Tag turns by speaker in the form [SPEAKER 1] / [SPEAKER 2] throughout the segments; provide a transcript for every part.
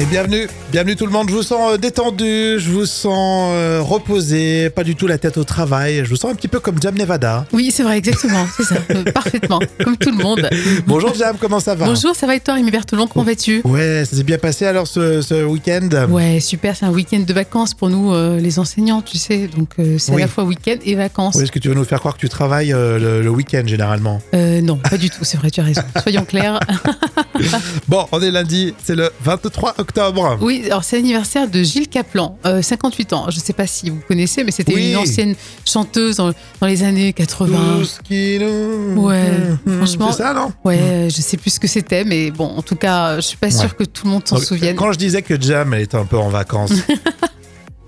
[SPEAKER 1] Et bienvenue, bienvenue tout le monde. Je vous sens euh, détendu, je vous sens euh, reposé, pas du tout la tête au travail. Je vous sens un petit peu comme Jam Nevada.
[SPEAKER 2] Oui, c'est vrai, exactement, c'est ça, euh, parfaitement, comme tout le monde.
[SPEAKER 1] Bonjour Jam, comment ça va
[SPEAKER 2] Bonjour, ça va et toi, Rémi Berthelon, comment vas-tu
[SPEAKER 1] Ouais, ça s'est bien passé alors ce, ce week-end
[SPEAKER 2] Ouais, super, c'est un week-end de vacances pour nous, euh, les enseignants, tu sais, donc euh, c'est
[SPEAKER 1] Oui.
[SPEAKER 2] à la fois week-end et vacances.
[SPEAKER 1] Oui, est-ce que tu veux nous faire croire que tu travailles euh, le, le week-end généralement
[SPEAKER 2] Euh, non, pas du tout, c'est vrai, tu as raison, soyons clairs.
[SPEAKER 1] Bon, on est lundi, c'est le 23 octobre.
[SPEAKER 2] Oui, alors c'est l'anniversaire de Gilles Caplan, euh, 58 ans, je ne sais pas si vous connaissez, mais c'était
[SPEAKER 1] Oui.
[SPEAKER 2] une ancienne chanteuse dans, dans les années 80.
[SPEAKER 1] Tout ce qui nous-
[SPEAKER 2] Ouais,
[SPEAKER 1] Hmm,
[SPEAKER 2] franchement,
[SPEAKER 1] C'est ça, non
[SPEAKER 2] Ouais, euh, je sais plus ce que c'était, mais bon, en tout cas, je suis pas sûre que tout le monde s'en
[SPEAKER 1] Donc,
[SPEAKER 2] souvienne.
[SPEAKER 1] Ah Quand je disais que Jam, elle était un peu en vacances.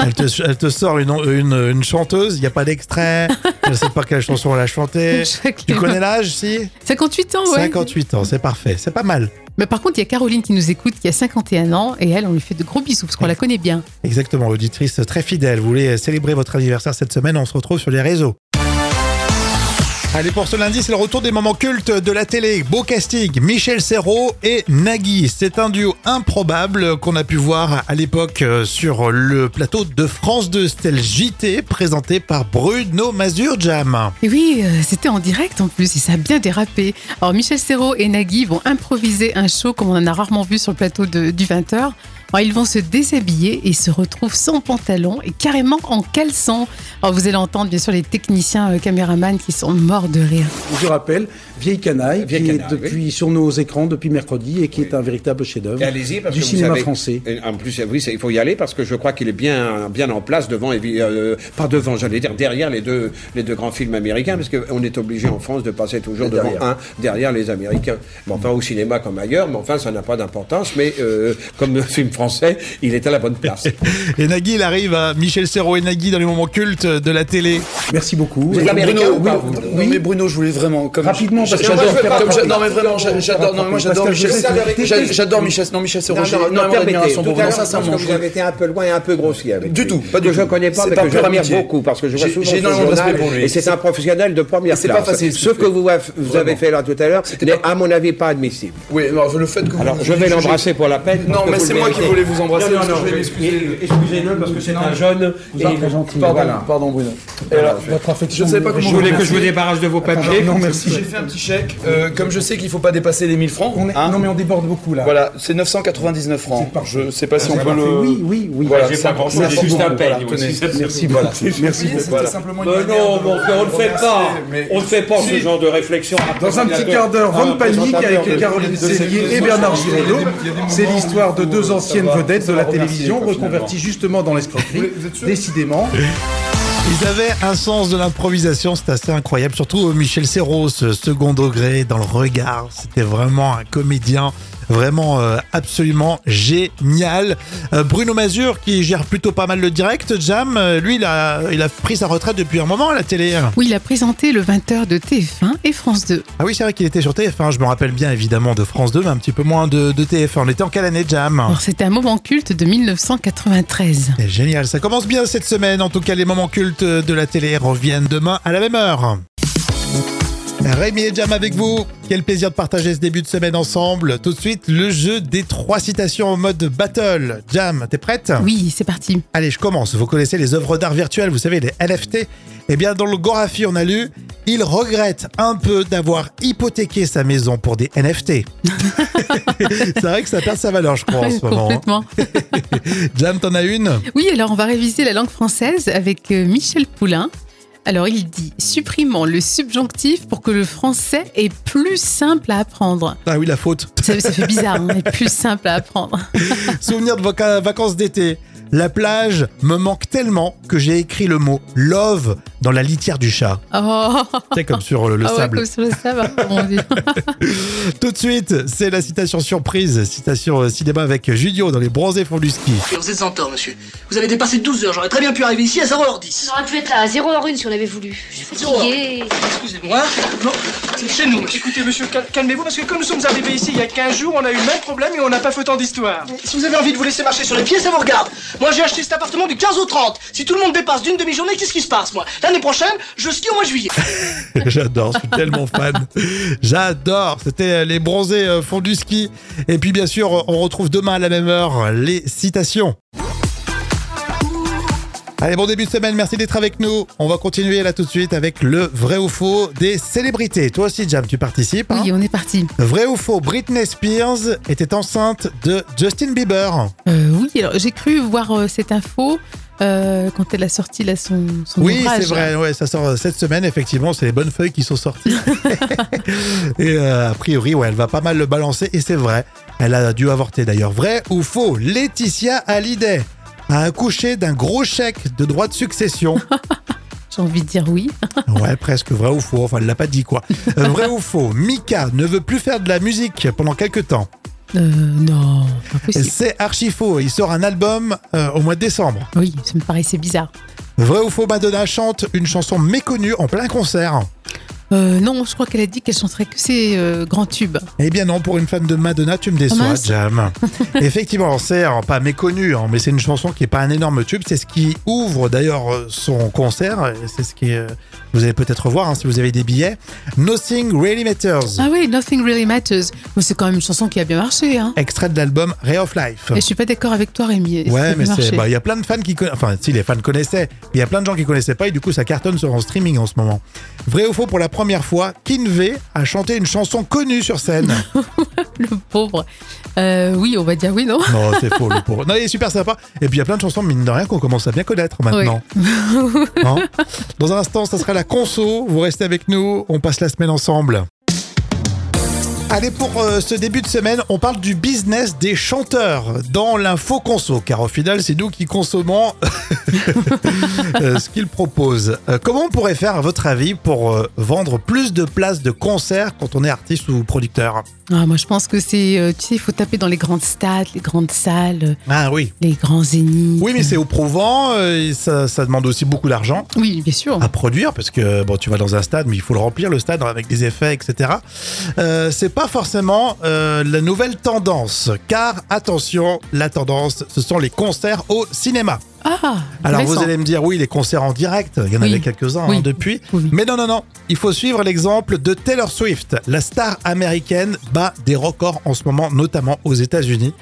[SPEAKER 1] Elle te, elle te sort une, une, une chanteuse, il n'y a pas d'extrait, elle ne sait pas quelle chanson elle a chantée. Tu connais l'âge, si
[SPEAKER 2] 58 ans, ouais.
[SPEAKER 1] 58 ans, c'est parfait, c'est pas mal.
[SPEAKER 2] Mais par contre, il y a Caroline qui nous écoute, qui a 51 ans, et elle, on lui fait de gros bisous parce qu'on la connaît bien.
[SPEAKER 1] Exactement, auditrice très fidèle. Vous voulez célébrer votre anniversaire cette semaine, on se retrouve sur les réseaux. Allez, pour ce lundi, c'est le retour des moments cultes de la télé. Beau casting, Michel Serrault et Nagui. C'est un duo improbable qu'on a pu voir à l'époque euh, sur le plateau de France 2. C'était le JT présenté par Bruno Mazur Jam.
[SPEAKER 2] Et oui, euh, c'était en direct en plus, et ça a bien dérapé. Alors, Michel Serrault et Nagui vont improviser un show comme on en a rarement vu sur le plateau de- du 20h. Alors, ils vont se déshabiller et se retrouvent sans pantalon et carrément en caleçon. Alors, vous allez entendre, bien sûr, les techniciens euh, caméramans qui sont morts de rire.
[SPEAKER 3] Je rappelle, Vieille Canaille,
[SPEAKER 4] Vieille
[SPEAKER 3] qui
[SPEAKER 4] Canaille,
[SPEAKER 3] est depuis, sur nos écrans depuis mercredi et qui est un véritable chef-d'œuvre
[SPEAKER 4] Et Allez-y parce
[SPEAKER 3] du
[SPEAKER 4] que vous
[SPEAKER 3] cinéma
[SPEAKER 4] savez-
[SPEAKER 3] français.
[SPEAKER 4] Et En plus, eh oui, c'est- il faut y aller parce que je crois qu'il est bien, bien en place devant, évi- euh, pas devant, j'allais dire derrière les deux, les deux grands films américains, parce qu'on est obligé en France de passer toujours devant un derrière les Américains. Bon, enfin au cinéma comme ailleurs, mais enfin ça n'a pas d'importance. Mais euh, comme le film français, il est à la bonne place.
[SPEAKER 1] Et Nagui, il arrive à Michel Serrault et Nagui dans les moments cultes de la télé.
[SPEAKER 3] Merci beaucoup.
[SPEAKER 4] êtes
[SPEAKER 3] Et-
[SPEAKER 4] américain
[SPEAKER 5] Bruno,
[SPEAKER 4] ou pas,
[SPEAKER 5] oui,
[SPEAKER 4] vous
[SPEAKER 5] non, mais Bruno, je voulais vraiment comme
[SPEAKER 3] Rapidement, parce que
[SPEAKER 5] j'adore.
[SPEAKER 4] moi, je veux pas
[SPEAKER 5] comme j'a-
[SPEAKER 4] rapide.
[SPEAKER 5] Non mais vraiment, j'a- j'adore. Non mais moi j'adore
[SPEAKER 3] Pascal,
[SPEAKER 5] Michel.
[SPEAKER 3] vous êtes-
[SPEAKER 5] j'a- J'adore Michel. Non Michel Serrault. J'ai
[SPEAKER 4] non,
[SPEAKER 5] énormément
[SPEAKER 4] permettez,
[SPEAKER 5] d'admiration
[SPEAKER 4] tout
[SPEAKER 5] pour
[SPEAKER 4] à
[SPEAKER 5] vous.
[SPEAKER 4] l'heure,
[SPEAKER 5] Ça, c'est un
[SPEAKER 4] parce que
[SPEAKER 5] bon
[SPEAKER 4] vous avez été un peu loin et un peu grossier avec
[SPEAKER 5] Du
[SPEAKER 4] lui.
[SPEAKER 5] tout, pas du
[SPEAKER 4] que je
[SPEAKER 5] tout.
[SPEAKER 4] connais pas,
[SPEAKER 5] C'est
[SPEAKER 4] mais
[SPEAKER 5] pas
[SPEAKER 4] que
[SPEAKER 5] pour
[SPEAKER 4] j'admire
[SPEAKER 5] amitié.
[SPEAKER 4] beaucoup, parce que je vois
[SPEAKER 5] J'ai-
[SPEAKER 4] souvent
[SPEAKER 5] j'ai
[SPEAKER 4] son
[SPEAKER 5] énormément de
[SPEAKER 4] journal,
[SPEAKER 5] respect pour lui.
[SPEAKER 4] Et c'est un professionnel de première
[SPEAKER 5] C'est
[SPEAKER 4] classe.
[SPEAKER 5] pas facile, ce
[SPEAKER 4] Ce
[SPEAKER 5] qu'il
[SPEAKER 4] que
[SPEAKER 5] fait.
[SPEAKER 4] vous, a- vous avez
[SPEAKER 5] Vraiment.
[SPEAKER 4] fait là tout à l'heure
[SPEAKER 5] C'était
[SPEAKER 4] n'est,
[SPEAKER 5] pas-
[SPEAKER 4] à mon avis, pas admissible.
[SPEAKER 5] Oui, alors le fait que vous.
[SPEAKER 4] Alors, je vais l'embrasser pour la peine.
[SPEAKER 5] Non,
[SPEAKER 4] parce que
[SPEAKER 5] mais
[SPEAKER 4] vous
[SPEAKER 5] c'est
[SPEAKER 4] le
[SPEAKER 5] moi qui
[SPEAKER 4] méritez.
[SPEAKER 5] voulais vous embrasser,
[SPEAKER 4] Non, non,
[SPEAKER 5] parce que
[SPEAKER 4] non,
[SPEAKER 5] je vais
[SPEAKER 4] je-
[SPEAKER 5] m'excuser.
[SPEAKER 4] Excusez-le parce que c'est un jeune. et il-
[SPEAKER 5] Pardon,
[SPEAKER 4] Voilà.
[SPEAKER 5] pardon Bruno. Et alors, votre affection. Je ne sais pas comment.
[SPEAKER 4] Vous
[SPEAKER 5] vous
[SPEAKER 4] voulez que je
[SPEAKER 5] remercier.
[SPEAKER 4] vous débarrasse de vos papiers
[SPEAKER 5] Non merci. J'ai fait un petit chèque. euh, Comme je sais qu'il faut pas dépasser les 1000 francs.
[SPEAKER 3] on est-
[SPEAKER 5] hein.
[SPEAKER 3] Non mais on déborde beaucoup là.
[SPEAKER 5] Voilà, c'est 999 francs. Je sais pas si on peut
[SPEAKER 3] Parfait.
[SPEAKER 5] le.
[SPEAKER 3] Oui, oui, oui.
[SPEAKER 5] Voilà,
[SPEAKER 3] Merci
[SPEAKER 5] c'est important.
[SPEAKER 3] beaucoup.
[SPEAKER 5] Voilà, tenez. Merci, voilà. Merci.
[SPEAKER 3] C'était
[SPEAKER 5] voilà.
[SPEAKER 3] simplement une
[SPEAKER 4] Mais
[SPEAKER 3] manière
[SPEAKER 4] non,
[SPEAKER 3] de-
[SPEAKER 4] bon, on ne fait pas. On ne fait pas ce genre de réflexion.
[SPEAKER 3] Dans un petit quart d'heure, Von Panique avec Caroline Sévier et Bernard Giraudot. C'est l'histoire de deux anciennes vedettes de la télévision reconverties justement dans l'escroquerie. Décidément.
[SPEAKER 1] Ils avaient un sens de l'improvisation, c'est assez incroyable. Surtout euh, Michel Serrault, ce second degré dans le regard, c'était vraiment un comédien vraiment euh, absolument génial. Euh, Bruno Mazur qui gère plutôt pas mal le direct, Jam, euh, lui il a, il a pris sa retraite depuis un moment à la télé.
[SPEAKER 2] Oui, il a présenté le 20h de TF1 et France 2.
[SPEAKER 1] Ah oui c'est vrai qu'il était sur TF1, je me rappelle bien évidemment de France 2, mais un petit peu moins de, de TF1. On était en quelle année Jam
[SPEAKER 2] Alors, c'était un moment culte de 1993.
[SPEAKER 1] C'est génial, ça commence bien cette semaine. En tout cas, les moments cultes de la télé reviennent demain à la même heure. Rémi et Jam avec vous. Quel plaisir de partager ce début de semaine ensemble. Tout de suite, le jeu des trois citations en mode battle. Jam, t'es prête
[SPEAKER 2] Oui, c'est parti.
[SPEAKER 1] Allez, je commence. Vous connaissez les œuvres d'art virtuelles, vous savez, les NFT. Eh bien, dans le Gorafi, on a lu Il regrette un peu d'avoir hypothéqué sa maison pour des NFT. C'est vrai que ça perd sa valeur, je crois, en ce moment. hein.
[SPEAKER 2] Complètement.
[SPEAKER 1] Jam, t'en as une
[SPEAKER 2] Oui, alors on va réviser la langue française avec euh, Michel Poulain. Alors il dit supprimons le subjonctif pour que le français est plus simple à apprendre.
[SPEAKER 1] Ah oui, la faute.
[SPEAKER 2] Ça, ça fait bizarre, hein, est plus simple à apprendre.
[SPEAKER 1] Souvenir de vaca- vacances d'été. La plage me manque tellement que j'ai écrit le mot love dans la litière du chat.
[SPEAKER 2] Oh,
[SPEAKER 1] C'est comme sur euh, le, le
[SPEAKER 2] ah ouais,
[SPEAKER 1] sable.
[SPEAKER 2] comme sur le sable. hein, mon Dieu.
[SPEAKER 1] Tout de suite, c'est la citation surprise, citation euh, cinéma avec Julio dans les bronzés fonds du ski.
[SPEAKER 6] Et Vous êtes en tort, monsieur. Vous avez dépassé 12 heures. J'aurais très bien pu arriver ici à 0h10.
[SPEAKER 7] J'aurais pu être là à 0h1 si on avait voulu. Je suis fatiguée.
[SPEAKER 6] Excusez-moi. Non, c'est chez nous, monsieur.
[SPEAKER 8] Écoutez, monsieur, cal- calmez-vous, parce que comme nous sommes arrivés ici il y a 15 jours, on a eu le même problème et on n'a pas fait autant d'histoires.
[SPEAKER 6] Si vous avez envie de vous laisser marcher sur les pieds, ça vous regarde. Moi, j'ai acheté cet appartement du 15 au 30. Si tout le monde dépasse d'une demi-journée, qu'est-ce qui se passe, moi L'année prochaine, je skie au mois de juillet.
[SPEAKER 1] J'adore, je suis tellement fan. J'adore. C'était euh, les bronzés euh, font du ski. Et puis bien sûr, on retrouve demain à la même heure les citations. Allez, bon début de semaine, merci d'être avec nous. On va continuer là tout de suite avec le vrai ou faux des célébrités. Toi aussi, Jam, tu participes. hein
[SPEAKER 2] Oui, on est parti.
[SPEAKER 1] vrai ou faux, Britney Spears était enceinte de Justin Bieber.
[SPEAKER 2] Euh, oui, alors j'ai cru voir euh, cette info euh, quand elle a sorti là, son, son
[SPEAKER 1] Oui,
[SPEAKER 2] ouvrage.
[SPEAKER 1] c'est vrai, ouais, ça sort euh, cette semaine, effectivement, c'est les bonnes feuilles qui sont sorties. et euh, a priori, ouais, elle va pas mal le balancer, et c'est vrai, elle a dû avorter d'ailleurs. Vrai ou faux, Laetitia Hallyday a accouché d'un gros chèque de droit de succession.
[SPEAKER 2] J'ai envie de dire oui.
[SPEAKER 1] Ouais, presque vrai ou faux, enfin, elle l'a pas dit quoi. Euh, Vrai ou faux, Mika ne veut plus faire de la musique pendant quelques temps.
[SPEAKER 2] Euh, non, pas possible.
[SPEAKER 1] C'est archi faux, il sort un album euh, au mois de décembre.
[SPEAKER 2] Oui, ça me paraissait bizarre.
[SPEAKER 1] Vrai ou faux, Madonna chante une chanson méconnue en plein concert.
[SPEAKER 2] Euh, non, je crois qu'elle a dit qu'elle chanterait que ses euh, grands tubes.
[SPEAKER 1] Eh bien non, pour une fan de Madonna, tu me
[SPEAKER 2] Oh
[SPEAKER 1] déçois,
[SPEAKER 2] mince.
[SPEAKER 1] Jam. Effectivement, alors, c'est alors, pas méconnu, hein, mais c'est une chanson qui n'est pas un énorme tube. C'est ce qui ouvre d'ailleurs euh, son concert. et C'est ce qui euh, vous allez peut-être voir hein, si vous avez des billets. Nothing Really Matters,
[SPEAKER 2] Ah oui, Nothing Really Matters. Mais c'est quand même une chanson qui a bien marché. Hein.
[SPEAKER 1] extrait de l'album Ray of Life.
[SPEAKER 2] Et je suis pas d'accord avec toi, Rémi. Ça a
[SPEAKER 1] Ouais,
[SPEAKER 2] bien
[SPEAKER 1] mais c'est
[SPEAKER 2] marché.
[SPEAKER 1] bah, il y a plein de fans qui connaissent. Enfin, si les fans connaissaient, mais il y a plein de gens qui connaissaient pas et du coup ça cartonne sur en streaming en ce moment. Vrai ou faux pour la première fois, Kinvey a chanté une chanson connue sur scène.
[SPEAKER 2] Le pauvre. Euh, oui, on va dire oui, non
[SPEAKER 1] Non, c'est faux, le pauvre. Non, il est super sympa. Et puis, il y a plein de chansons, mine de rien, qu'on commence à bien connaître maintenant. Hein Dans un instant, ça sera la conso. Vous restez avec nous. On passe la semaine ensemble. Allez, pour euh, ce début de semaine, on parle du business des chanteurs dans l'info conso, car au final, c'est nous qui consommons euh, ce qu'ils proposent. Euh, comment on pourrait faire, à votre avis, pour euh, vendre plus de places de concert quand on est artiste ou producteur
[SPEAKER 2] Ah, Moi, je pense que c'est. euh, tu sais, il faut taper dans les grandes stades, les grandes salles, euh,
[SPEAKER 1] Ah oui.
[SPEAKER 2] les grands zéniths.
[SPEAKER 1] Oui, mais c'est au prouvant, euh, et ça- ça demande aussi beaucoup d'argent.
[SPEAKER 2] Oui, bien sûr.
[SPEAKER 1] à produire parce que bon, tu vas dans un stade, mais il faut le remplir le stade avec des effets, etc. Euh, c'est pas forcément euh, la nouvelle tendance, car attention, la tendance, ce sont les concerts au cinéma.
[SPEAKER 2] Ah
[SPEAKER 1] Alors vous
[SPEAKER 2] intéressant.
[SPEAKER 1] allez me dire, oui, les concerts en direct, il y en
[SPEAKER 2] Oui.
[SPEAKER 1] avait quelques-uns
[SPEAKER 2] Oui.
[SPEAKER 1] hein, depuis.
[SPEAKER 2] Oui.
[SPEAKER 1] Mais non, non, non, il faut suivre l'exemple de Taylor Swift. La star américaine bat des records en ce moment, notamment aux États-Unis.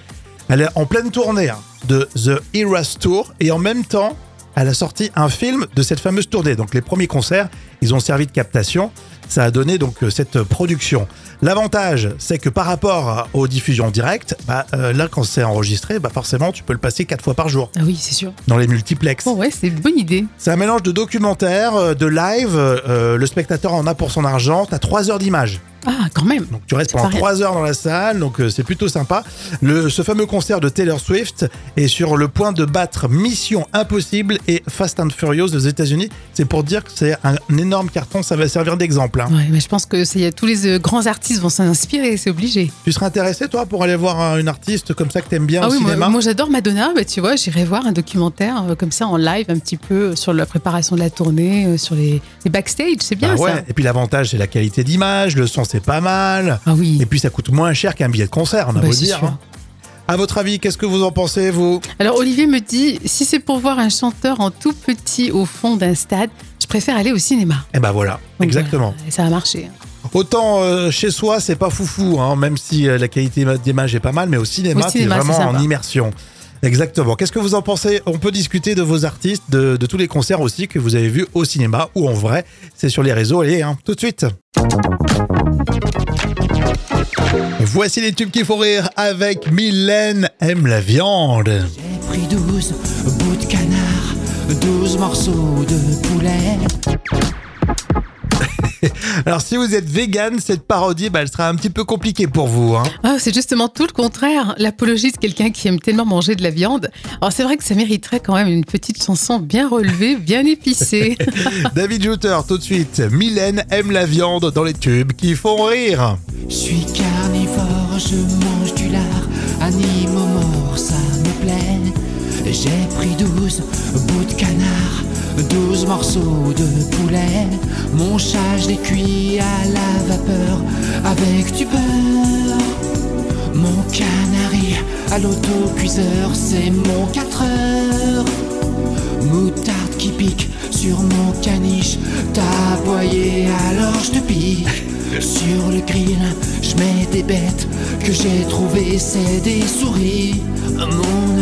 [SPEAKER 1] Elle est en pleine tournée hein, de The Eras Tour et en même temps, elle a sorti un film de cette fameuse tournée. Donc les premiers concerts, ils ont servi de captation. Ça a donné donc euh, cette production. L'avantage, c'est que par rapport euh, aux diffusions directes, bah, euh, là quand c'est enregistré, bah forcément tu peux le passer quatre fois par jour
[SPEAKER 2] Ah oui, c'est sûr.
[SPEAKER 1] dans les multiplexes.
[SPEAKER 2] Bon, ouais, c'est une bonne idée.
[SPEAKER 1] C'est un mélange de documentaire, euh, de live. euh, le spectateur en a pour son argent. T'as trois heures d'image.
[SPEAKER 2] Ah, quand même.
[SPEAKER 1] Donc tu restes
[SPEAKER 2] C'est pas
[SPEAKER 1] pendant
[SPEAKER 2] rien.
[SPEAKER 1] trois heures dans la salle. Donc euh, c'est plutôt sympa. Le, ce fameux concert de Taylor Swift est sur le point de battre Mission Impossible et Fast and Furious aux États-Unis. C'est pour dire que c'est un énorme carton. Ça va servir d'exemple. hein.
[SPEAKER 2] Ouais, mais je pense que c'est- y a- tous les euh, grands artistes vont s'en inspirer, c'est obligé.
[SPEAKER 1] Tu serais intéressé toi pour aller voir un- une artiste comme ça que t'aimes bien
[SPEAKER 2] Ah
[SPEAKER 1] au
[SPEAKER 2] oui, moi,
[SPEAKER 1] cinéma
[SPEAKER 2] moi, j'adore Madonna, bah, tu vois, j'irai voir un documentaire euh, comme ça en live un petit peu euh, sur la préparation de la tournée, euh, sur les, les backstage, c'est bien
[SPEAKER 1] Bah ouais.
[SPEAKER 2] ça.
[SPEAKER 1] Et puis l'avantage c'est la qualité d'image, le son c'est pas mal.
[SPEAKER 2] Ah oui.
[SPEAKER 1] Et puis ça coûte moins cher qu'un billet de concert, on a
[SPEAKER 2] Bah,
[SPEAKER 1] beau
[SPEAKER 2] c'est
[SPEAKER 1] dire.
[SPEAKER 2] sûr.
[SPEAKER 1] hein. À votre avis, qu'est-ce que vous en pensez, vous
[SPEAKER 2] Alors Olivier me dit, si c'est pour voir un chanteur en tout petit au fond d'un stade, je préfère aller au cinéma.
[SPEAKER 1] Eh ben voilà,
[SPEAKER 2] Donc,
[SPEAKER 1] exactement.
[SPEAKER 2] voilà, ça a marché. hein.
[SPEAKER 1] Autant euh, chez soi, c'est pas foufou, hein, même si euh, la qualité d'image est pas mal, mais au cinéma,
[SPEAKER 2] Au
[SPEAKER 1] c'est
[SPEAKER 2] cinéma,
[SPEAKER 1] vraiment
[SPEAKER 2] c'est
[SPEAKER 1] en
[SPEAKER 2] sympa.
[SPEAKER 1] immersion. Exactement. Qu'est-ce que vous en pensez On peut discuter de vos artistes, de, de tous les concerts aussi que vous avez vus au cinéma ou en vrai. C'est sur les réseaux. Allez, hein, tout de suite. Voici les tubes qui font rire avec Mylène aime la viande.
[SPEAKER 9] J'ai pris 12 bouts de canard, 12 morceaux de poulet.
[SPEAKER 1] Alors si vous êtes vegan, cette parodie, bah, elle sera un petit peu compliquée pour vous. hein.
[SPEAKER 2] Ah, c'est justement tout le contraire, l'apologie de quelqu'un qui aime tellement manger de la viande. Alors c'est vrai que ça mériterait quand même une petite chanson bien relevée, bien épicée.
[SPEAKER 1] David Jouter, tout de suite. Mylène aime la viande dans les tubes qui font rire.
[SPEAKER 9] Je suis carnivore, je mange du lard, animaux morts, ça me plaît. J'ai pris 12 bouts de canard, 12 morceaux de poulet. Mon chat, je l'ai cuit à la vapeur avec du beurre. Mon canari à l'autocuiseur, c'est mon 4 heures. Moutarde qui pique sur mon caniche, aboyé alors je te pique. Sur le grill, je mets des bêtes que j'ai trouvées, c'est des souris. Mon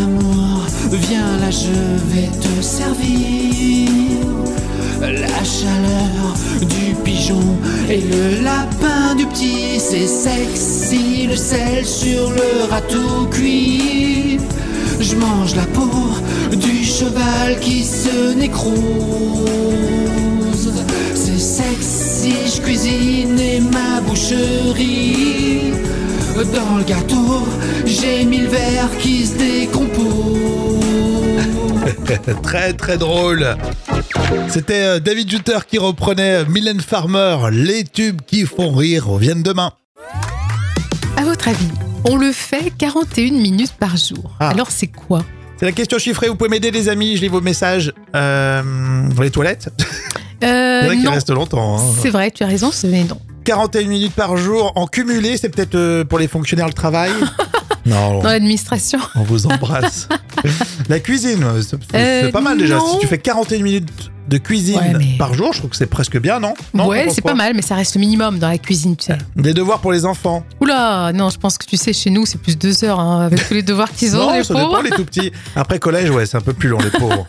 [SPEAKER 9] amour, viens là, je vais te servir. La chaleur du pigeon et le lapin du petit, c'est sexy. Le sel sur le ratou cuit. Je mange la peau du cheval qui se nécrose. C'est sexy, je cuisine et ma boucherie. Dans le gâteau, j'ai mis le verre qui se décompose.
[SPEAKER 1] très très drôle. C'était euh, David Jutter qui reprenait euh, Mylène Farmer. Les tubes qui font rire reviennent demain.
[SPEAKER 2] À votre avis, on le fait 41 minutes par jour.
[SPEAKER 1] Ah.
[SPEAKER 2] Alors c'est quoi
[SPEAKER 1] C'est la question chiffrée. Vous pouvez m'aider, les amis. Je lis vos messages euh, dans les toilettes. Il y en
[SPEAKER 2] Euh,
[SPEAKER 1] a qui
[SPEAKER 2] Non,
[SPEAKER 1] restent longtemps. hein.
[SPEAKER 2] c'est vrai, tu as raison, c'est non.
[SPEAKER 1] 41 minutes par jour en cumulé. C'est peut-être euh, pour les fonctionnaires le travail. non,
[SPEAKER 2] Dans l'administration.
[SPEAKER 1] on vous embrasse. la cuisine, euh, c'est c'est
[SPEAKER 2] Euh,
[SPEAKER 1] pas mal déjà.
[SPEAKER 2] non.
[SPEAKER 1] Si tu fais 41 minutes de cuisine
[SPEAKER 2] Ouais, mais-
[SPEAKER 1] par jour, je trouve que c'est presque bien, non, Non, Ah. t'en
[SPEAKER 2] ouais,
[SPEAKER 1] penses
[SPEAKER 2] c'est
[SPEAKER 1] quoi
[SPEAKER 2] pas mal, mais ça reste le minimum dans la cuisine, tu sais.
[SPEAKER 1] Des devoirs pour les enfants.
[SPEAKER 2] Oula, non, je pense que tu sais, chez nous, c'est plus deux heures hein, avec tous les devoirs qu'ils ont.
[SPEAKER 1] Non,
[SPEAKER 2] les
[SPEAKER 1] ça
[SPEAKER 2] pauvres.
[SPEAKER 1] dépend les tout petits. Après collège, ouais, c'est un peu plus long les pauvres.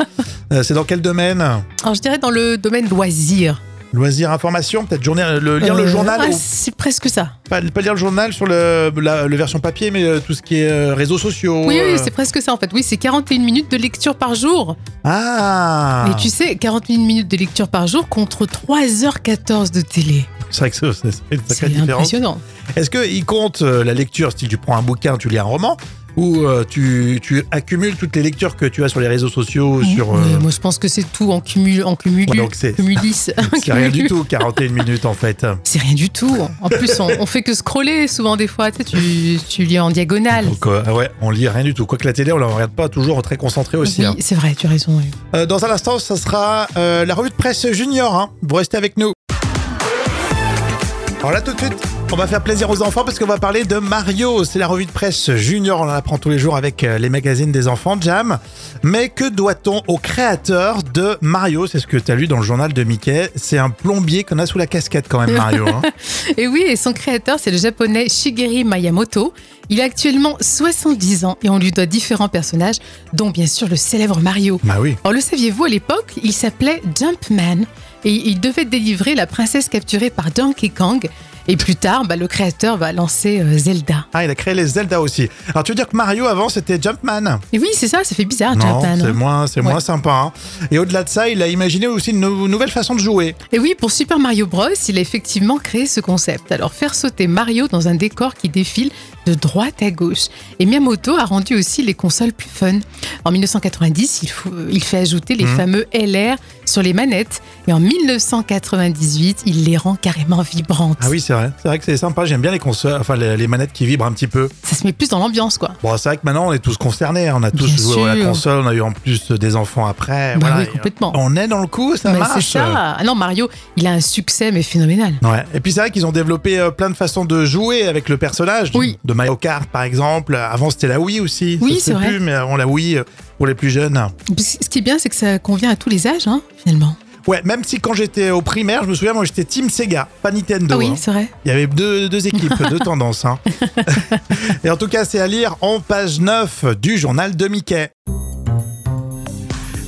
[SPEAKER 1] Euh, c'est dans quel domaine
[SPEAKER 2] Alors, je dirais dans le domaine loisir. ah,
[SPEAKER 1] Loisirs, information, peut-être journée, le, lire le journal, ou
[SPEAKER 2] Euh, C'est presque ça.
[SPEAKER 1] pas, pas lire le journal sur le, la, le version papier, mais euh, tout ce qui est euh, réseaux sociaux.
[SPEAKER 2] Oui,
[SPEAKER 1] euh.
[SPEAKER 2] oui, c'est presque ça en fait. Oui, c'est 41 minutes de lecture par jour.
[SPEAKER 1] Ah
[SPEAKER 2] Et tu sais, 41 minutes de lecture par jour contre 3h14 de télé.
[SPEAKER 1] C'est vrai que ça, ça fait une sacrée
[SPEAKER 2] C'est
[SPEAKER 1] différence.
[SPEAKER 2] impressionnant.
[SPEAKER 1] Est-ce qu'il compte euh, la lecture, si tu prends un bouquin, tu lis un roman, ou euh, tu, tu accumules toutes les lectures que tu as sur les réseaux sociaux, sur... euh,
[SPEAKER 2] Ouais, moi, je pense que c'est tout en cumul, en cumul,
[SPEAKER 1] Ouais, donc c'est-
[SPEAKER 2] cumulis.
[SPEAKER 1] c'est rien du tout, 41 minutes en fait.
[SPEAKER 2] C'est rien du tout. En plus, on, on fait que scroller souvent des fois. Tu, sais, tu, tu lis en diagonale.
[SPEAKER 1] Donc euh, ouais, on lit rien du tout. Quoique la télé, on la regarde pas toujours très concentré aussi. hein.
[SPEAKER 2] Oui, c'est vrai, tu as raison. oui.
[SPEAKER 1] Euh, dans un instant, ça sera euh, la revue de presse junior. hein. Vous restez avec nous. Alors là, tout de suite, on va faire plaisir aux enfants parce qu'on va parler de Mario. C'est la revue de presse junior. On en apprend tous les jours avec euh, les magazines des enfants, Jam. Mais que doit-on au créateur de Mario C'est ce que tu as lu dans le journal de Mickey. C'est un plombier qu'on a sous la casquette quand même, Mario. hein.
[SPEAKER 2] Et oui, et son créateur, c'est le japonais Shigeru Miyamoto. Il a actuellement 70 ans et on lui doit différents personnages, dont bien sûr le célèbre Mario.
[SPEAKER 1] bah oui.
[SPEAKER 2] Alors le saviez-vous, à l'époque, il s'appelait Jumpman et il devait délivrer la princesse capturée par Donkey Kong. Et plus tard, bah, le créateur va lancer euh, Zelda.
[SPEAKER 1] Ah, il a créé les Zelda aussi. Alors tu veux dire que Mario avant c'était Jumpman
[SPEAKER 2] Et oui, c'est ça, ça fait bizarre,
[SPEAKER 1] Non,
[SPEAKER 2] Jumpman.
[SPEAKER 1] c'est
[SPEAKER 2] hein.
[SPEAKER 1] moins, c'est
[SPEAKER 2] Ouais.
[SPEAKER 1] moins sympa. hein. Et au-delà de ça, il a imaginé aussi une nou- nouvelle façon de jouer.
[SPEAKER 2] Et oui, pour Super Mario Bros, il a effectivement créé ce concept. Alors faire sauter Mario dans un décor qui défile de droite à gauche. Et Miyamoto a rendu aussi les consoles plus fun. En 1990, il, faut- il fait ajouter les
[SPEAKER 1] Mhm.
[SPEAKER 2] fameux LR sur les manettes. Et en 1998, il les rend carrément vibrantes.
[SPEAKER 1] Ah oui, c'est vrai. C'est vrai que c'est sympa. J'aime bien les consoles, enfin les, les manettes qui vibrent un petit peu.
[SPEAKER 2] Ça se met plus dans l'ambiance, quoi.
[SPEAKER 1] Bon, c'est vrai que maintenant on est tous concernés. On a tous
[SPEAKER 2] Bien
[SPEAKER 1] joué à la
[SPEAKER 2] sûr.
[SPEAKER 1] console. On a eu en plus des enfants après.
[SPEAKER 2] Bah
[SPEAKER 1] voilà.
[SPEAKER 2] oui,
[SPEAKER 1] Et
[SPEAKER 2] complètement.
[SPEAKER 1] On est dans le coup, ça
[SPEAKER 2] Mais
[SPEAKER 1] marche.
[SPEAKER 2] c'est ça. Ah non, Mario, il a un succès, mais phénoménal.
[SPEAKER 1] Ouais. Et puis c'est vrai qu'ils ont développé euh, plein de façons de jouer avec le personnage.
[SPEAKER 2] Oui.
[SPEAKER 1] De Mario Kart par exemple. Avant c'était la Wii aussi.
[SPEAKER 2] Oui,
[SPEAKER 1] Ça se
[SPEAKER 2] c'est
[SPEAKER 1] fait
[SPEAKER 2] vrai.
[SPEAKER 1] Plus, mais avant la Wii euh, pour les plus jeunes.
[SPEAKER 2] Ce qui est bien, c'est que ça convient à tous les âges, hein, finalement.
[SPEAKER 1] Ouais. Même si quand j'étais au primaire, je me souviens, moi j'étais Team Sega, pas Nintendo.
[SPEAKER 2] Ah oui,
[SPEAKER 1] hein.
[SPEAKER 2] c'est vrai.
[SPEAKER 1] Il y avait deux, deux équipes, deux tendances. hein. Et en tout cas, c'est à lire en page 9 du journal de Mickey.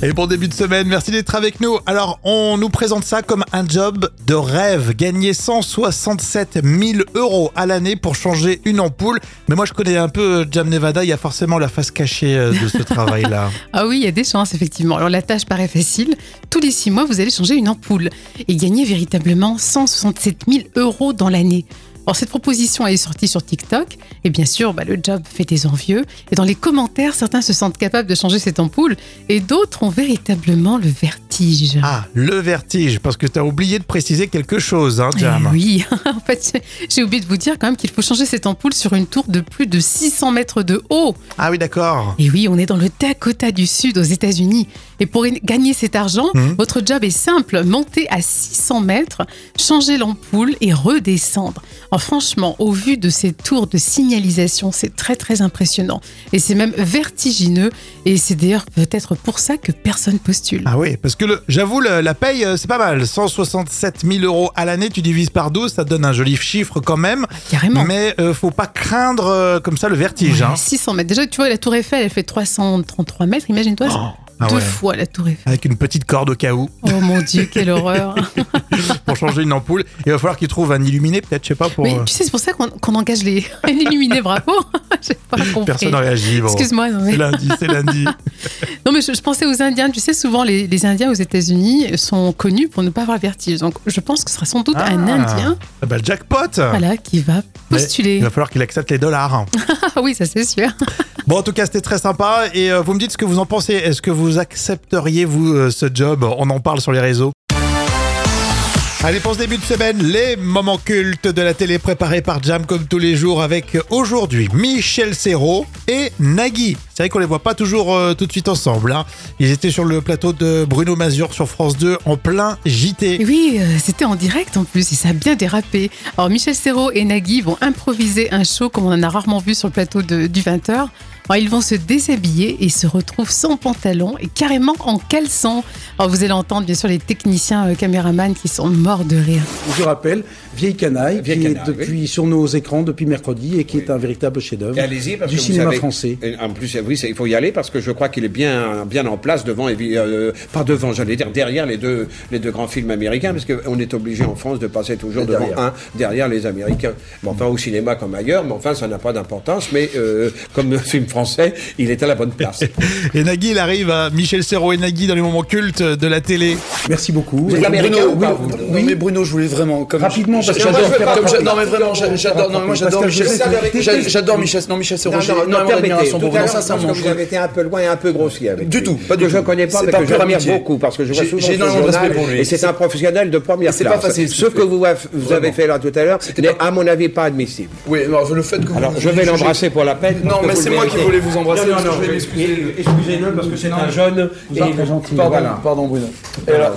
[SPEAKER 1] Et bon début de semaine, merci d'être avec nous. Alors, on nous présente ça comme un job de rêve. Gagner 167 000 euros à l'année pour changer une ampoule. Mais moi, je connais un peu Jam Nevada, il y a forcément la face cachée euh, de ce travail-là.
[SPEAKER 2] Ah oui, il y a des chances, effectivement. Alors la tâche paraît facile. Tous les six mois, vous allez changer une ampoule et gagner véritablement 167 000 euros dans l'année. Alors cette proposition elle est sortie sur TikTok et bien sûr, bah, le job fait des envieux. Et dans les commentaires, certains se sentent capables de changer cette ampoule et d'autres ont véritablement le vertige.
[SPEAKER 1] Ah, le vertige, parce que t'as oublié de préciser quelque chose, hein, Jam.
[SPEAKER 2] Eh oui, en fait, j'ai- j'ai oublié de vous dire quand même qu'il faut changer cette ampoule sur une tour de plus de 600 mètres de haut.
[SPEAKER 1] Ah oui, d'accord.
[SPEAKER 2] Et oui, on est dans le Dakota du Sud aux États-Unis. Et pour y- gagner cet argent,
[SPEAKER 1] Mhm.
[SPEAKER 2] votre job est simple monter à 600 mètres, changer l'ampoule et redescendre. Alors, franchement, au vu de ces tours de signalisation, c'est très très impressionnant. Et c'est même vertigineux. Et c'est d'ailleurs peut-être pour ça que personne postule.
[SPEAKER 1] Ah oui, parce que le- j'avoue, le- la paye, euh, c'est pas mal. 167 000 euros à l'année, tu divises par 12, ça te donne un joli chiffre quand même.
[SPEAKER 2] Carrément.
[SPEAKER 1] Mais euh, faut pas craindre euh, comme ça le vertige. hein.
[SPEAKER 2] 600 mètres. Déjà, tu vois, la tour Eiffel, elle fait 333 mètres. Imagine-toi,
[SPEAKER 1] Ah
[SPEAKER 2] deux
[SPEAKER 1] ouais.
[SPEAKER 2] fois la tour Eiffel.
[SPEAKER 1] Avec une petite corde au cas où,
[SPEAKER 2] Oh mon Dieu, quelle horreur.
[SPEAKER 1] pour changer une ampoule. Et il va falloir qu'il trouve un illuminé, peut-être, je sais pas, pour.
[SPEAKER 2] Mais
[SPEAKER 1] euh,
[SPEAKER 2] tu sais, c'est pour ça qu'on qu'on engage les illuminés, bravo. J'ai pas compris.
[SPEAKER 1] Personne n'a réagi. Bon.
[SPEAKER 2] Excuse-moi. non, mais-
[SPEAKER 1] C'est lundi, c'est lundi.
[SPEAKER 2] Non, mais je, je pensais aux Indiens. Tu sais, souvent, les, les Indiens aux États-Unis sont connus pour ne pas avoir le vertige. Donc, je pense que ce sera sans doute un
[SPEAKER 1] Ah.
[SPEAKER 2] Indien
[SPEAKER 1] Ah bah, jackpot
[SPEAKER 2] voilà, qui va
[SPEAKER 1] Il
[SPEAKER 2] postuler.
[SPEAKER 1] va falloir qu'il accepte les dollars.
[SPEAKER 2] Ah oui, ça c'est sûr.
[SPEAKER 1] Bon, en tout cas, c'était très sympa. Et euh, vous me dites ce que vous en pensez. Est-ce que vous accepteriez, vous, euh, ce job On en parle sur les réseaux. Allez, pour ce début de semaine, les moments cultes de la télé préparés par Jam comme tous les jours avec euh, aujourd'hui Michel Serrault et Nagui. C'est vrai qu'on les voit pas toujours euh, tout de suite ensemble. hein. Ils étaient sur le plateau de Bruno Mazur sur France 2 en plein JT.
[SPEAKER 2] Et oui, euh, c'était en direct en plus et ça a bien dérapé. Alors Michel Serrault et Nagui vont improviser un show comme on en a rarement vu sur le plateau de- du 20h. Alors, ils vont se déshabiller et se retrouvent sans pantalon et carrément en caleçon. Alors vous allez entendre bien sûr les techniciens euh, caméramans qui sont morts de rire.
[SPEAKER 3] Je rappelle, Vieille Canaille,
[SPEAKER 4] Vieille
[SPEAKER 3] qui est
[SPEAKER 4] Canaille, oui.
[SPEAKER 3] depuis sur nos écrans depuis mercredi et qui est un véritable chef-d'œuvre
[SPEAKER 4] Et allez-y parce
[SPEAKER 3] du
[SPEAKER 4] que vous
[SPEAKER 3] cinéma
[SPEAKER 4] savez-
[SPEAKER 3] français.
[SPEAKER 4] Et en plus, euh, oui, c'est- il faut y aller parce que je crois qu'il est bien, bien en place devant, et vi- euh, pas devant, j'allais dire derrière les deux, les deux grands films américains, parce qu'on est obligé en France de passer toujours devant un derrière les Américains. Bon, enfin au cinéma comme ailleurs, mais enfin ça n'a pas d'importance. Mais euh, comme le film français, il est à la bonne place.
[SPEAKER 1] Et Nagui, il arrive à Michel Serrault et Nagui dans les moments cultes de la télé.
[SPEAKER 3] Merci beaucoup.
[SPEAKER 4] Vous êtes
[SPEAKER 3] Et
[SPEAKER 4] américain
[SPEAKER 3] Bruno,
[SPEAKER 4] ou pas,
[SPEAKER 3] oui,
[SPEAKER 4] vous
[SPEAKER 3] oui,
[SPEAKER 5] Non mais Bruno, je voulais vraiment. Comme
[SPEAKER 3] Rapidement, parce que
[SPEAKER 5] Moi,
[SPEAKER 3] j'adore
[SPEAKER 5] je veux
[SPEAKER 3] faire
[SPEAKER 5] pas- comme
[SPEAKER 3] attraper.
[SPEAKER 5] j'a- Non mais vraiment, j'a- j'adore. Non mais moi j'adore
[SPEAKER 3] Parce que je
[SPEAKER 5] Michel.
[SPEAKER 3] sais que vous
[SPEAKER 5] J'a-
[SPEAKER 3] détestez.
[SPEAKER 5] J'adore Michel. Non Michel Serrault. J'ai énormément
[SPEAKER 4] permettez,
[SPEAKER 5] d'admiration
[SPEAKER 4] tout
[SPEAKER 5] pour
[SPEAKER 4] à
[SPEAKER 5] Bruno.
[SPEAKER 4] l'heure, je pense
[SPEAKER 5] Sincèrement,
[SPEAKER 4] que vous avez été un peu loin et un peu grossier avec
[SPEAKER 5] Du
[SPEAKER 4] lui.
[SPEAKER 5] tout, pas du
[SPEAKER 4] que je
[SPEAKER 5] tout.
[SPEAKER 4] connais pas,
[SPEAKER 5] C'est
[SPEAKER 4] mais
[SPEAKER 5] pas
[SPEAKER 4] que
[SPEAKER 5] par
[SPEAKER 4] j'admire
[SPEAKER 5] amitié.
[SPEAKER 4] beaucoup parce que je vois
[SPEAKER 5] J'ai-
[SPEAKER 4] souvent
[SPEAKER 5] j'ai
[SPEAKER 4] son
[SPEAKER 5] énormément de
[SPEAKER 4] journal,
[SPEAKER 5] respect pour lui.
[SPEAKER 4] et c'est un professionnel de première
[SPEAKER 5] Et c'est
[SPEAKER 4] classe.
[SPEAKER 5] pas facile, ce
[SPEAKER 4] Ce
[SPEAKER 5] qu'il
[SPEAKER 4] que
[SPEAKER 5] fait.
[SPEAKER 4] vous, vous avez
[SPEAKER 5] Vraiment.
[SPEAKER 4] fait là tout à l'heure
[SPEAKER 5] C'était
[SPEAKER 4] n'est
[SPEAKER 5] pas-
[SPEAKER 4] à mon avis pas admissible.
[SPEAKER 5] Oui, alors le fait que vous.
[SPEAKER 4] Alors, je vais
[SPEAKER 5] jugez-
[SPEAKER 4] l'embrasser pour la peine. parce
[SPEAKER 5] Non,
[SPEAKER 4] que
[SPEAKER 5] mais
[SPEAKER 4] vous
[SPEAKER 5] c'est
[SPEAKER 4] le
[SPEAKER 5] moi qui
[SPEAKER 4] méritez.
[SPEAKER 5] voulais vous embrasser.
[SPEAKER 4] Non, non,
[SPEAKER 5] parce que
[SPEAKER 4] non,
[SPEAKER 5] je vais
[SPEAKER 4] je-
[SPEAKER 5] m'excuser.
[SPEAKER 4] Excusez-le parce que c'est un jeune. et il-
[SPEAKER 3] Pardon,
[SPEAKER 4] Voilà.
[SPEAKER 3] pardon Bruno.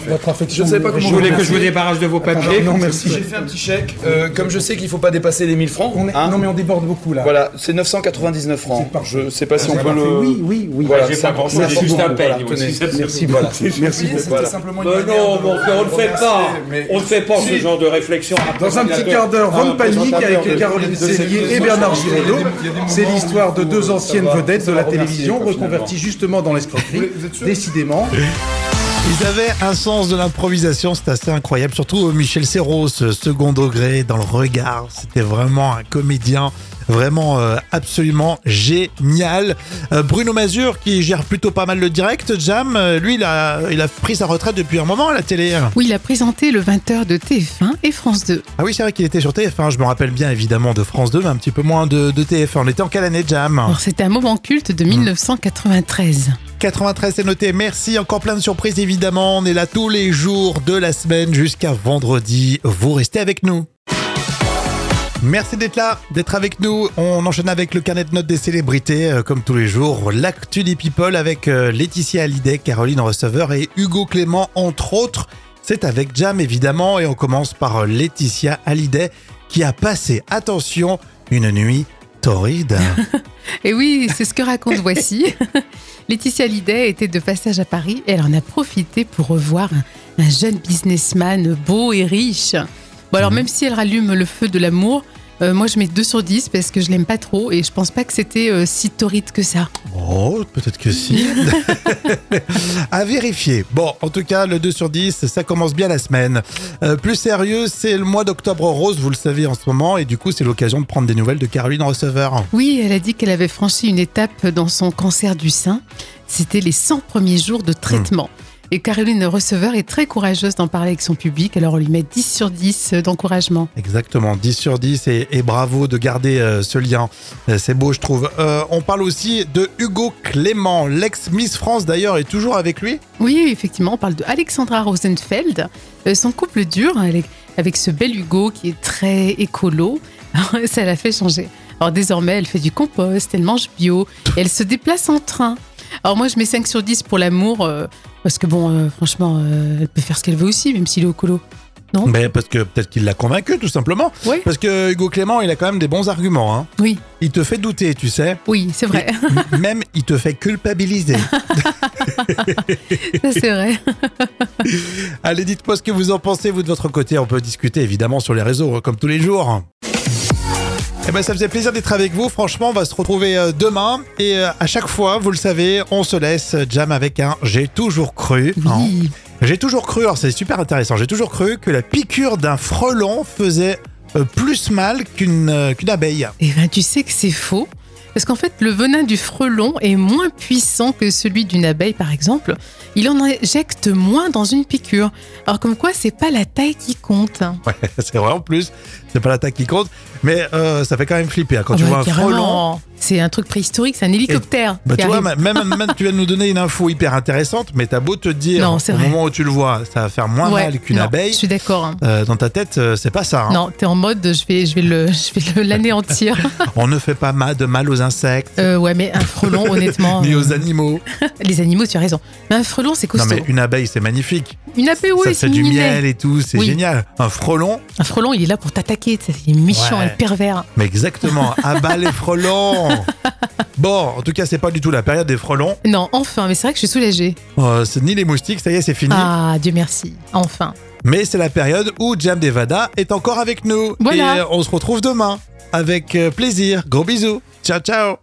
[SPEAKER 3] votre affection.
[SPEAKER 5] je sais pas
[SPEAKER 3] me
[SPEAKER 5] comment
[SPEAKER 4] Vous voulez que je
[SPEAKER 3] remercie.
[SPEAKER 4] vous débarrasse de vos papiers
[SPEAKER 3] Non, merci.
[SPEAKER 5] J'ai fait un petit chèque. euh, Comme je sais qu'il faut pas dépasser les 1000 francs.
[SPEAKER 3] On est-
[SPEAKER 4] Ah,
[SPEAKER 5] hein,
[SPEAKER 3] Non mais on déborde beaucoup là.
[SPEAKER 5] Voilà, c'est 999 francs. Je sais pas si on peut le.
[SPEAKER 3] Oui, oui, oui.
[SPEAKER 5] Voilà,
[SPEAKER 3] Merci
[SPEAKER 5] c'est important.
[SPEAKER 3] beaucoup.
[SPEAKER 5] C'est juste un peigne.
[SPEAKER 3] Voilà,
[SPEAKER 5] aussi.
[SPEAKER 3] tenez. Merci beaucoup. Merci
[SPEAKER 5] C'était
[SPEAKER 3] beaucoup. Voilà.
[SPEAKER 5] simplement une
[SPEAKER 4] Mais
[SPEAKER 5] manière
[SPEAKER 4] non,
[SPEAKER 5] de-
[SPEAKER 4] mon frère, on ne
[SPEAKER 5] de
[SPEAKER 4] fait pas.
[SPEAKER 5] remercier, mais-
[SPEAKER 4] On ne fait pas ce
[SPEAKER 5] Si.
[SPEAKER 4] genre de réflexion.
[SPEAKER 3] Dans un petit quart d'heure,
[SPEAKER 5] Ah,
[SPEAKER 3] Van Panique avec Caroline Cellier et Bernard Giraudot. C'est l'histoire de deux anciennes vedettes de la télévision reconverties justement dans l'escroquerie. Décidément.
[SPEAKER 1] Ils avaient un sens de l'improvisation, c'est assez incroyable. Surtout euh, Michel Serrault, ce second degré dans le regard. C'était vraiment un comédien, vraiment euh, absolument génial. Euh, Bruno Mazur, qui gère plutôt pas mal le direct, Jam, euh, lui, il a, il a pris sa retraite depuis un moment à la télé.
[SPEAKER 2] Oui, il a présenté le 20h de TF1 et France 2.
[SPEAKER 1] Ah oui, c'est vrai qu'il était sur TF1, je me rappelle bien évidemment de France 2, mais un petit peu moins de, de TF1. On était en quelle année, Jam
[SPEAKER 2] Alors c'était un moment culte de 1993.
[SPEAKER 1] 93, c'est noté. Merci. Encore plein de surprises, évidemment. On est là tous les jours de la semaine jusqu'à vendredi. Vous restez avec nous. Merci d'être là, d'être avec nous. On enchaîne avec le carnet de notes des célébrités, euh, comme tous les jours. L'actu des people avec euh, Laetitia Hallyday, Caroline Receveur et Hugo Clément, entre autres. C'est avec Jam, évidemment. Et on commence par euh, Laetitia Hallyday, qui a passé, attention, une nuit torride.
[SPEAKER 2] Et oui, c'est ce que raconte Voici. Laetitia Hallyday était de passage à Paris et elle en a profité pour revoir un, un jeune businessman beau et riche. Bon, alors, même si elle rallume le feu de l'amour, euh, moi je mets 2 sur 10 parce que je l'aime pas trop et je pense pas que c'était euh, si torride que ça.
[SPEAKER 1] Oh, peut-être que si. à vérifier. Bon, en tout cas, le 2 sur 10, ça commence bien la semaine. Euh, plus sérieux, c'est le mois d'octobre rose, vous le savez en ce moment, et du coup, c'est l'occasion de prendre des nouvelles de Caroline Receveur.
[SPEAKER 2] Oui, elle a dit qu'elle avait franchi une étape dans son cancer du sein. C'était les 100 premiers jours de traitement. Et Caroline Receveur est très courageuse d'en parler avec son public, alors on lui met 10 sur 10 d'encouragement.
[SPEAKER 1] Exactement, 10 sur 10, et, et bravo de garder euh, ce lien. Euh, c'est beau, je trouve. Euh, on parle aussi de Hugo Clément, l'ex-Miss France d'ailleurs, est toujours avec lui.
[SPEAKER 2] Oui, effectivement, on parle de Alexandra Rosenfeld. Euh, son couple dur avec, avec ce bel Hugo qui est très écolo, ça l'a fait changer. Alors désormais, elle fait du compost, elle mange bio, et elle se déplace en train. Alors moi, je mets 5 sur 10 pour l'amour, euh, parce que bon, euh, franchement, euh, elle peut faire ce qu'elle veut aussi, même s'il est au colo. Non
[SPEAKER 1] Mais Ben, parce que peut-être qu'il l'a convaincu, tout simplement.
[SPEAKER 2] Oui.
[SPEAKER 1] Parce que Hugo Clément, il a quand même des bons arguments. hein.
[SPEAKER 2] Oui,
[SPEAKER 1] Il te fait douter, tu sais.
[SPEAKER 2] oui, c'est vrai.
[SPEAKER 1] M- Même, il te fait culpabiliser.
[SPEAKER 2] Ça, c'est vrai.
[SPEAKER 1] Allez, dites-moi ce que vous en pensez, vous, de votre côté. On peut discuter, évidemment, sur les réseaux, hein, comme tous les jours. Eh ben, ça faisait plaisir d'être avec vous. Franchement, on va se retrouver euh, demain. Et euh, à chaque fois, vous le savez, on se laisse euh, jam avec un J'ai toujours cru. hein.
[SPEAKER 2] Oui.
[SPEAKER 1] J'ai toujours cru, alors c'est super intéressant, j'ai toujours cru que la piqûre d'un frelon faisait euh, plus mal qu'une euh, qu'une abeille.
[SPEAKER 2] Eh ben, tu sais que c'est faux. Parce qu'en fait, le venin du frelon est moins puissant que celui d'une abeille, par exemple. Il en injecte moins dans une piqûre. Alors, comme quoi, c'est pas la taille qui compte. hein.
[SPEAKER 1] Ouais, c'est vrai en plus, c'est pas l'attaque qui compte, mais euh, ça fait quand même flipper. hein. Quand
[SPEAKER 2] Ah
[SPEAKER 1] tu
[SPEAKER 2] bah,
[SPEAKER 1] vois un
[SPEAKER 2] carrément.
[SPEAKER 1] frelon,
[SPEAKER 2] C'est un truc préhistorique, c'est un hélicoptère.
[SPEAKER 1] bah,
[SPEAKER 2] qui
[SPEAKER 1] tu vois,
[SPEAKER 2] arrive.
[SPEAKER 1] même, même tu viens de nous donner une info hyper intéressante, mais t'as beau te dire
[SPEAKER 2] Non,
[SPEAKER 1] au
[SPEAKER 2] c'est vrai.
[SPEAKER 1] moment où tu le vois, ça va faire moins
[SPEAKER 2] Ouais,
[SPEAKER 1] mal qu'une
[SPEAKER 2] non,
[SPEAKER 1] abeille,
[SPEAKER 2] Je suis d'accord. hein.
[SPEAKER 1] euh, dans ta tête, euh, c'est pas ça. hein.
[SPEAKER 2] Non, t'es en mode, je vais, je vais le, je vais le- l'anéantir.
[SPEAKER 1] On ne fait pas mal de mal aux insectes,
[SPEAKER 2] Euh, ouais, mais un frelon, honnêtement,
[SPEAKER 1] ni
[SPEAKER 2] euh,
[SPEAKER 1] aux animaux.
[SPEAKER 2] les animaux, tu as raison. Mais un frelon, c'est
[SPEAKER 1] Non
[SPEAKER 2] costaud.
[SPEAKER 1] mais une abeille, c'est magnifique.
[SPEAKER 2] Une abeille, ouais,
[SPEAKER 1] ça fait
[SPEAKER 2] c'est
[SPEAKER 1] du
[SPEAKER 2] mignon.
[SPEAKER 1] miel et tout, c'est
[SPEAKER 2] Oui.
[SPEAKER 1] génial. Un frelon,
[SPEAKER 2] Un frelon, il est là pour t'attaquer. tu sais, Il est méchant,
[SPEAKER 1] Ouais.
[SPEAKER 2] il est pervers.
[SPEAKER 1] Mais exactement, à bas les frelons Bon, en tout cas, c'est pas du tout la période des frelons.
[SPEAKER 2] Non, enfin, mais c'est vrai que je suis soulagée.
[SPEAKER 1] Euh, c'est ni les moustiques, ça y est, c'est fini.
[SPEAKER 2] Ah, Dieu merci. Enfin.
[SPEAKER 1] Mais c'est la période où Jam Devada est encore avec nous.
[SPEAKER 2] Voilà.
[SPEAKER 1] Et on se retrouve demain. Avec euh, plaisir. Gros euh, bisous. Ciao, ciao